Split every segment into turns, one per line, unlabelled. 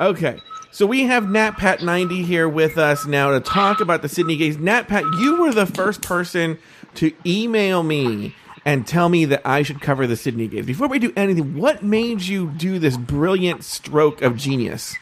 Okay. So we have Nat Pat 90 here with us now to talk about the Sydney Gates. Nat Pat, you were the first person to email me and tell me that I should cover the Sydney Gates. Before we do anything, what made you do this brilliant stroke of genius?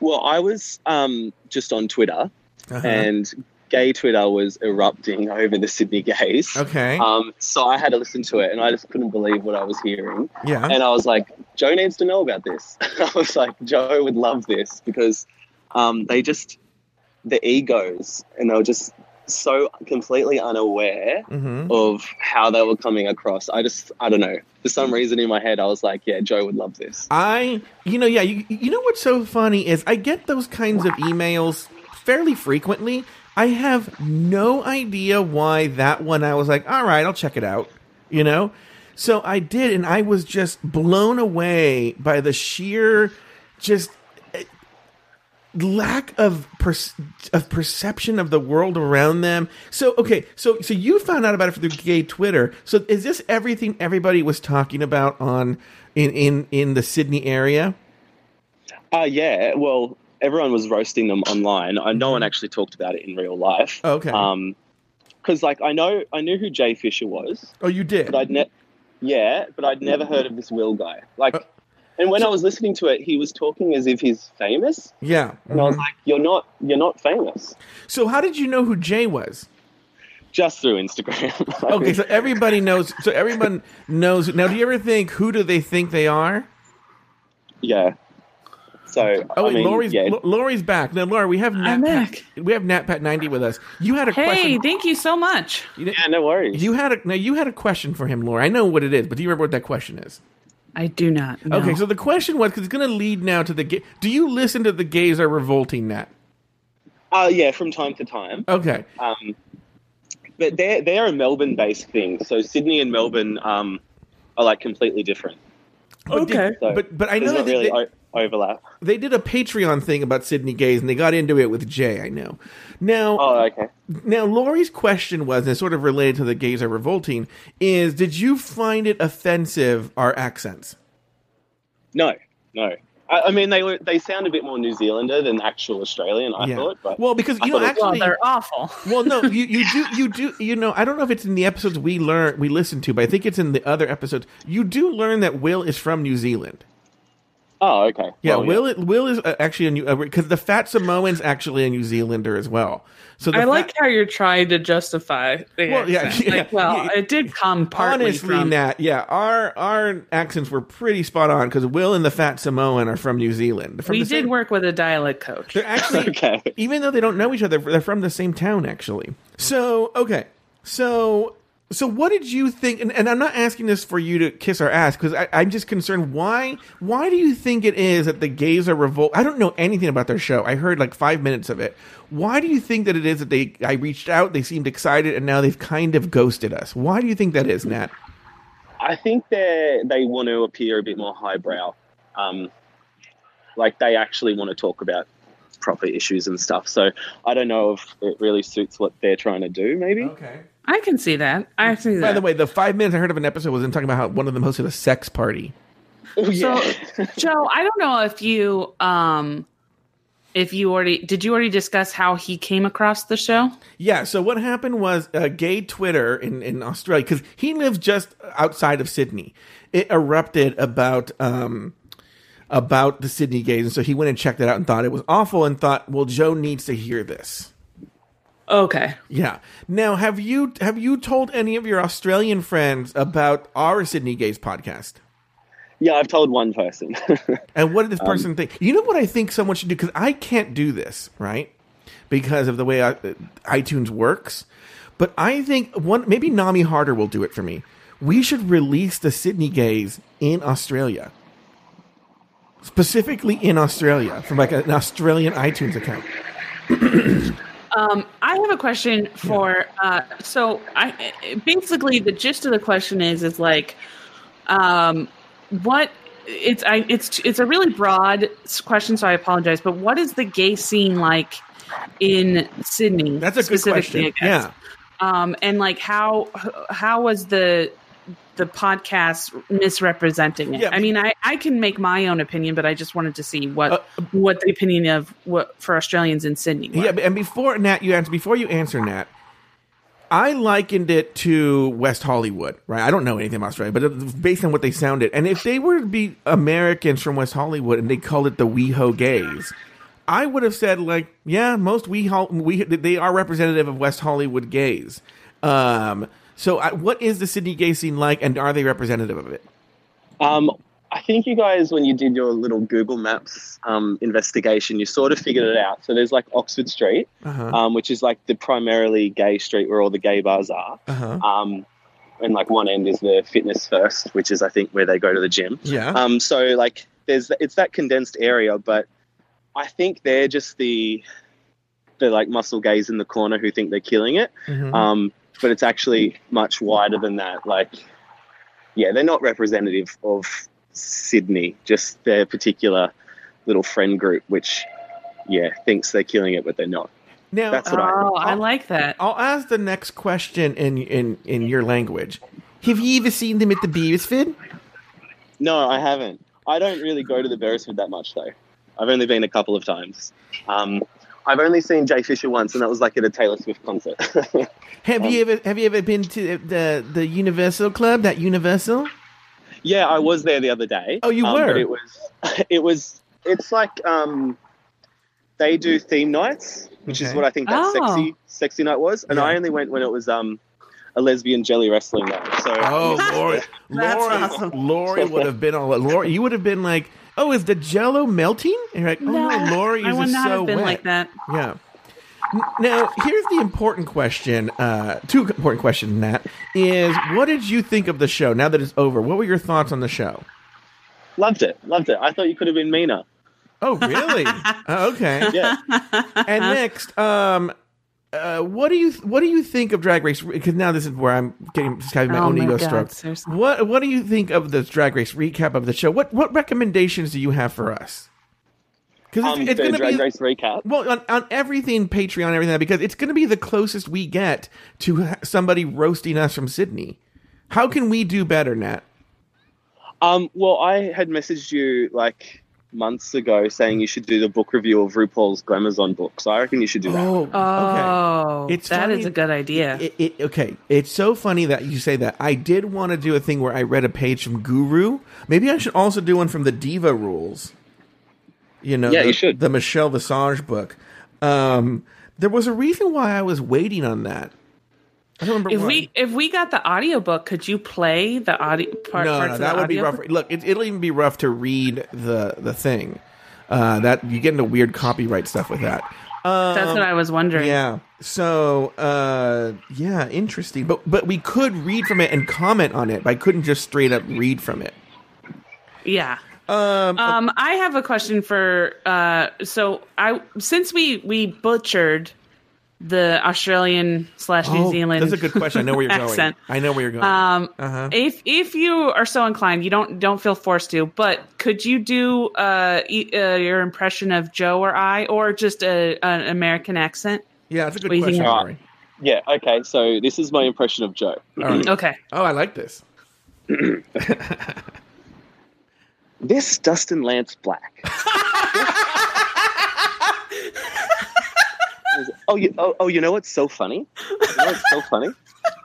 Well, I was um, just on Twitter,
Uh-huh.
and gay Twitter was erupting over the Sydney gays.
Okay.
Um, so I had to listen to it, and I just couldn't believe what I was hearing.
yeah.
And I was like, Joe needs to know about this. I was like, Joe would love this because um, they just, the egos, and they were just so completely unaware
mm-hmm.
of how they were coming across. I just, I don't know. For some reason in my head, I was like, yeah, Joe would love this.
I, you know, yeah, you, you know what's so funny is I get those kinds of emails fairly frequently. I have no idea why that one I was like, all right, I'll check it out, you know? So I did, and I was just blown away by the sheer just eh, lack of per- of perception of the world around them. So okay, so so you found out about it through gay Twitter. So is this everything everybody was talking about on in in in the Sydney area?
Uh, yeah, well, everyone was roasting them online. I, no one actually talked about it in real life.
Oh, Okay.
Um, because like I know I knew who Jay Fisher was,
oh, you did.
but I'd ne- yeah, but I'd never heard of this Will guy. Like,
Uh,
and when I was listening to it, he was talking as if he's famous,
yeah. Mm-hmm.
and I was like, "You're not, you're not famous."
So how did you know who Jay was?
Just through Instagram. Like,
Okay, so everybody knows. So everyone knows. Now, do you ever think who do they think they are?
yeah. So
Oh,
I
wait,
mean,
Lori's
yeah,
Lo- Lori's back. Now, Laura, we have Nat
I'm
Pat,
back.
we have Nat Pat ninety with us. You had a
Hey,
question.
thank you so much.
You, didn't-
yeah, no worries.
you had a now you had a question for him, Laura. I know what it is, but do you remember what that question is?
I do not. Know.
Okay, so the question was because it's going to lead now to the. Ga- do you listen to the gays are revolting? Nat.
uh, yeah, from time to time.
Okay.
Um, but they're they're a Melbourne based thing. So Sydney and Melbourne um, are like completely different.
But did-
Okay.
but but I
There's
know
not
that
really
they,
o- overlap.
they did a Patreon thing about Sydney gays, and they got into it with Jay. I know. Now,
Oh, okay.
Now, Lori's question was, and it's sort of related to the gays are revolting, is did you find it offensive, our accents?
No, no. I, I mean, they were they sound a bit more New Zealander than actual Australian. I thought, but
well, because,
I
you know,
thought it
well,
actually,
they're awful.
well, no, you, you do, you do, you know, I don't know if it's in the episodes we learn, we listen to, but I think it's in the other episodes. You do learn that Will is from New Zealand.
oh, okay.
Yeah,
Well,
Will, Will is uh, actually a New, because the Fat Samoan's actually a New Zealander as well. So the
I
Fat-
like how you're trying to justify the
Well, yeah,
accent.
yeah,
like, well,
yeah.
it did come partly
honestly
from
Nat, yeah our our accents were pretty spot on because will and the fat samoan are from new zealand They're from
we
the
did
same-
work with a dialect coach.
they're actually
Okay.
even though they don't know each other they're from the same town actually so okay so so what did you think and, and i'm not asking this for you to kiss our ass because i'm just concerned why why do you think it is that the gays are revolt i don't know anything about their show i heard like five minutes of it why do you think that it is that they i reached out they seemed excited and now they've kind of ghosted us why do you think that is nat
I think they they want to appear a bit more highbrow, um, like they actually want to talk about proper issues and stuff. So I don't know if it really suits what they're trying to do. Maybe.
okay
I can see that. I see that.
By the way, the five minutes I heard of an episode was in talking about how one of them hosted a sex party.
Oh,
So-
yeah.
Joe, I don't know if you um if you already did you already discuss how he came across the show?
Yeah, so what happened was uh, gay Twitter in, in Australia, because he lives just outside of Sydney, it erupted about um, about the Sydney gays. And so he went and checked it out and thought it was awful and thought, well, Joe needs to hear this.
Okay.
Yeah. Now, have you have you told any of your Australian friends about our Sydney Gays podcast?
yeah, I've told one person.
And what did this person think? You know what I think someone should do because I can't do this right because of the way I, uh, iTunes works. But I think one maybe Nami Harder will do it for me. We should release the Sydney Gays in Australia, specifically in Australia from like an Australian iTunes account.
Um I have a question for uh so I basically the gist of the question is is like um what it's I it's it's a really broad s- question so I apologize, but what is the gay scene like in Sydney?
That's a good
specifically, Um,
question.
I guess?
Yeah.
um and like how how was the the podcast misrepresenting it.
Yeah.
I mean, I, I can make my own opinion, but I just wanted to see what
Uh,
what the opinion of what for Australians in Sydney. Was.
Yeah, b- and before Nat, you answer before you answer Nat. I likened it to West Hollywood, right? I don't know anything about Australia, but it- based on what they sounded, and if they were to be Americans from West Hollywood and they called it the WeHo Gays, I would have said like, yeah, most WeHo we they are representative of West Hollywood gays. Um, so, I, what is the Sydney gay scene like, and are they representative of it?
Um, I think you guys, when you did your little Google Maps um, investigation, you sort of figured it out. So there's like Oxford Street,
Uh-huh.
um, which is like the primarily gay street where all the gay bars are.
Uh-huh.
Um, and like one end is the Fitness First, which is I think where they go to the gym.
Yeah.
Um, so like there's it's that condensed area, but I think they're just the the like muscle gays in the corner who think they're killing it.
Mhm.
Um, but it's actually much wider than that. Like, yeah, they're not representative of Sydney, just their particular little friend group, which yeah thinks they're killing it, but they're not.
now,
that's what I-
Oh, I like that.
I'll ask the next question in in in your language. Have you ever seen them at the Beaversford?
No, I haven't. I don't really go to the Beresford that much though. I've only been a couple of times. Um, I've only seen Jay Fisher once, and that was like at a Taylor Swift concert.
Have you ever have you ever been to the the Universal Club? That Universal?
Yeah, I was there the other day.
Oh, you
Um,
were?
But it was, it was, it's like um, they do theme nights, which is
Okay.
what I think that
Oh.
sexy sexy night was, and
Yeah.
I only went when it was um, a lesbian jelly wrestling night. So
Oh. Lori,
That's
Lori,
awesome.
Lori would have been all. Lori, you would have been like, oh, is the Jello melting? And you're like, oh no, Lori
I
is
would
just
not
so
have been
wet.
like that.
Yeah. N- Now, here's the important question. Uh, two important questions. in That is, what did you think of the show? Now that it's over, what were your thoughts on the show?
loved it, loved it. I thought you could have been meaner.
Oh, really? Oh, okay.
Yeah,
and
Uh-huh.
next, um, uh, what do you what do you think of Drag Race? Because now this is where I'm getting just having my
Oh
own
my
ego
God,
stroke.
seriously.
What what do you think of the Drag Race recap of the show? What what recommendations do you have for us? Because
um, the drag race recap.
well, on, on everything Patreon, everything that because it's going to be the closest we get to ha- somebody roasting us from Sydney. How can we do better, Nat?
Um, well, I had messaged you like months ago saying you should do the book review of RuPaul's Glamazon book. So I reckon you should do that.
Oh,
It's
that
funny-
is a good idea.
It, it, okay, it's so funny that you say that. I did want to do a thing where I read a page from Guru. Maybe I should also do one from the Diva Rules. You know,
Yeah,
the,
you should.
the Michelle Visage book. Um, there was a reason why I was waiting on that. I don't remember
if
why.
we if we got the audiobook, could you play the audio part?
no,
parts
no,
of
that
the
would be rough.
audiobook?
Look, it, it'll even be rough to read the the thing. Uh, that you get into weird copyright stuff with that. Um,
That's what I was wondering.
Yeah. So, uh, yeah, interesting. But but we could read from it and comment on it. But I couldn't just straight up read from it.
yeah.
Um,
Um, I have a question for uh, so I since we we butchered the Australian slash New
oh,
Zealand.
That's a good question. I know where you're going.
accent.
I know where you're going.
Um,
uh-huh.
if if you are so inclined, you don't don't feel forced to, but could you do uh, e- uh your impression of Joe or I, or just a, an American accent?
Yeah, that's a
what do
good
you think
question.
about-
Lori.
Yeah, okay. So this is my impression of Joe.
All right.
Okay.
Oh, I like this.
This Dustin Lance Black. oh, you, oh, oh, you know what's so funny? You know what's so funny?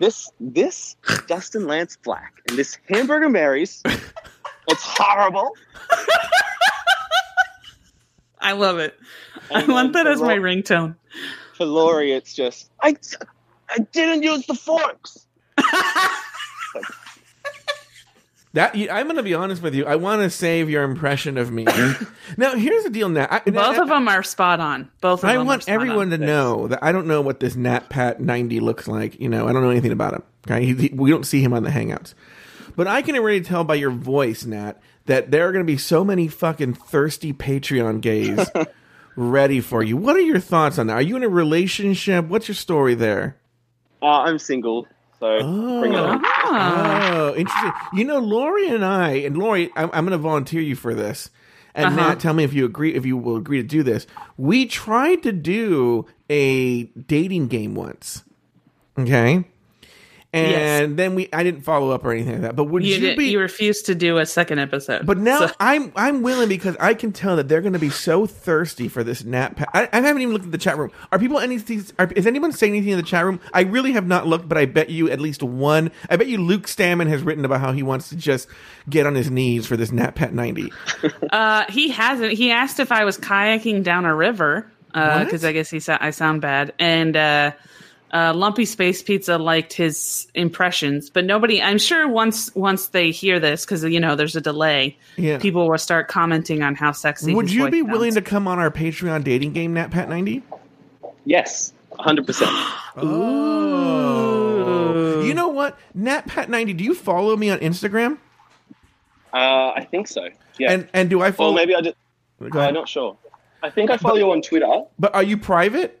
This, this Dustin Lance Black and this Hamburger Mary's. It's horrible.
I love it. I
And
want
then
that as
for
my
Lo-
ringtone.
For Lori, it's just I, I didn't use the forks.
That you- I'm going to be honest with you. I want to save your impression of me. now, here's the deal. Now, I,
Both of them are spot on. Both of
I
them. are
want
spot
everyone to
on.
know that I don't know what this Nat Pat 90 looks like. You know, I don't know anything about him. Okay. He, he- we don't see him on the Hangouts. But I can already tell by your voice, Nat, that there are going to be so many fucking thirsty Patreon gays ready for you. What are your thoughts on that? Are you in a relationship? What's your story there?
Uh, I'm single, so bring it on.
Ah.
Oh, interesting. You know, Lori and I, and Lori, I'm, I'm going to volunteer you for this. And
Uh-huh.
Nat, tell me if you agree, if you will agree to do this. We tried to do a dating game once. Okay. And then we, I didn't follow up or anything like that. But would you,
You, did,
be?
you refused to do a second episode.
But now
So-
I'm I'm willing because I can tell that they're going to be so thirsty for this nap. Pa- I, I haven't even looked at the chat room. Are people any? Are, is anyone saying anything in the chat room? I really have not looked, but I bet you at least one. I bet you Luke Stammen has written about how he wants to just get on his knees for this Nat Pat ninety.
Uh, he hasn't. He asked if I was kayaking down a river
What?
because I guess he sa- I sound bad. And uh, uh, Lumpy Space Pizza liked his impressions, but nobody. I'm sure once once they hear this because you know there's a delay.
Yeah.
people will start commenting on how sexy.
Would
his
you
voice
be
sounds.
willing to come on our Patreon dating game, Nat Pat ninety?
Yes, 100%.
Oh, you know what, Nat Pat ninety? Do you follow me on Instagram?
uh, I think so. Yeah.
And and do I follow?
oh.
or maybe I just,
Go ahead.
I'm not sure. I think I follow you on Twitter.
But are you private?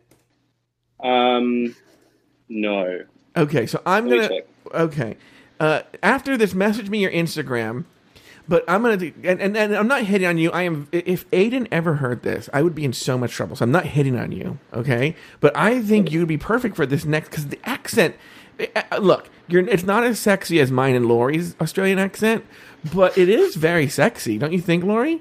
Um, no.
Okay, so I'm
Let me
gonna.
check.
Okay, uh, after this, message me your Instagram. But I'm gonna do, and, and and I'm not hitting on you. I am. i- If Aiden ever heard this, I would be in so much trouble. So I'm not hitting on you, okay? But I think you'd be perfect for this next because the accent. eh, eh, Look, you're. It's not as sexy as mine and Laurie's Australian accent, but it is very sexy, don't you think, Laurie?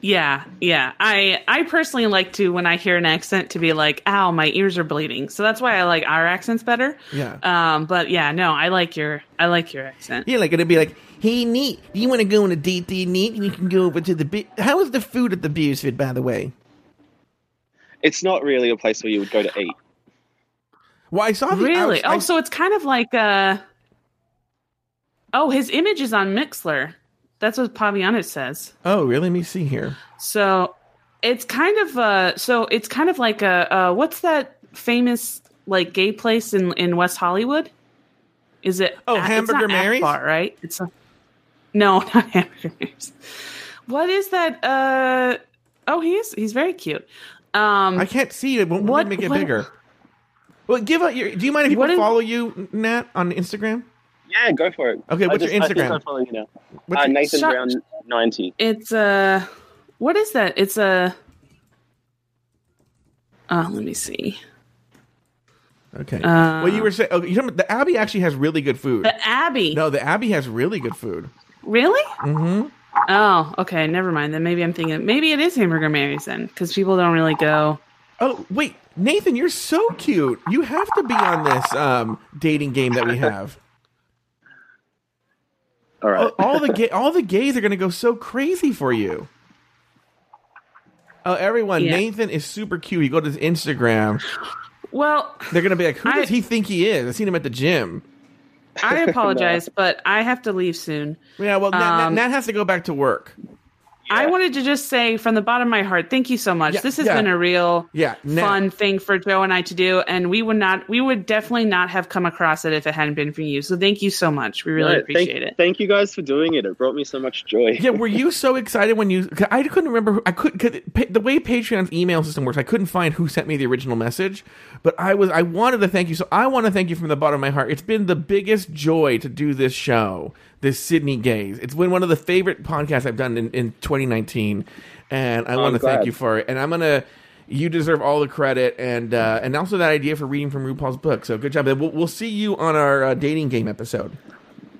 Yeah, yeah. I I personally like to when I hear an accent to be like, "Ow, my ears are bleeding." So that's why I like our accents better.
Yeah.
Um. But yeah, no, I like your I like your accent.
Yeah, like it'd be like, hey, neat. Do you want to go on a date, dear neat? We can go over to the. Be- How is the food at the Beersford, by the way?
It's not really a place where you would go to eat.
Well, I saw the
Really?
outs- I-
oh, so it's kind of like uh Oh, his image is on Mixler. That's what Pavianis says.
oh, really? Let me see here.
So it's kind of uh so it's kind of like a uh what's that famous like gay place in in West Hollywood? Is it
Oh,
it's not
Hamburger Mary's?
Akbar, right? It's a, No, not Hamburger Mary's. What is that uh Oh, he is he's very cute. Um
I can't see it. It Won't let
What-
me make it
what-
bigger. Well, give up your. Do you mind if people
What is-
follow you, Nat, on Instagram?
Yeah, go for it.
Okay,
I
what's your
just- I think
Instagram?
I'm following you now.
What's
Uh,
your-
Nathan
Shut-
Brown ninety.
It's a. What is that? It's a. Uh, let me see.
okay.
uh,
well, you were saying. Okay, you know, the Abbey actually has really good food.
The Abbey.
no, the Abbey has really good food.
Really?
Mm-hmm.
Oh, okay. Never mind. Then maybe I'm thinking maybe it is hamburger Mary's then, because people don't really go.
Oh wait, Nathan, you're so cute. You have to be on this um, dating game that we have.
All right.
Oh,
all, all the ga- all the gays are going to go so crazy for you. Oh, everyone!
Yeah.
Nathan is super cute. You go to his Instagram,
Well,
they're going to be like, "Who
I-
does he think he is?" I seen him at the gym.
I apologize, but I have to leave soon.
Yeah, well, Nat, Nat-
Um,
Nat has to go back to work.
I
Yeah.
wanted to just say from the bottom of my heart, thank you so much.
Yeah,
this has
yeah.
been a real
Yeah, Nat.
fun thing for Joe and I to do, and we would not, we would definitely not have come across it if it hadn't been for you. So thank you so much. We really
No,
appreciate
thank,
it.
Thank you guys for doing it. It brought me so much joy.
Yeah, were you so excited when you? 'cause I couldn't remember. Who, I couldn't. 'cause it- pa- the way Patreon's email system works, I couldn't find who sent me the original message. But I was. I wanted to thank you. So I want to thank you from the bottom of my heart. It's been the biggest joy to do this show, this Sydney Gaze. It's been one of the favorite podcasts I've done in, in 2019, and I want to thank
glad.
you for it. And I'm gonna. You deserve all the credit, and uh, and also that idea for reading from RuPaul's book. So good job. And We'll, we'll see you on our uh, dating game episode.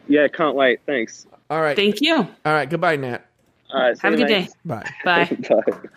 Yeah, can't wait. Thanks.
All right.
Thank you.
all right. Goodbye, Nat.
All right. see
Have a
you,
good day.
mates.
Bye.
Bye.
Bye.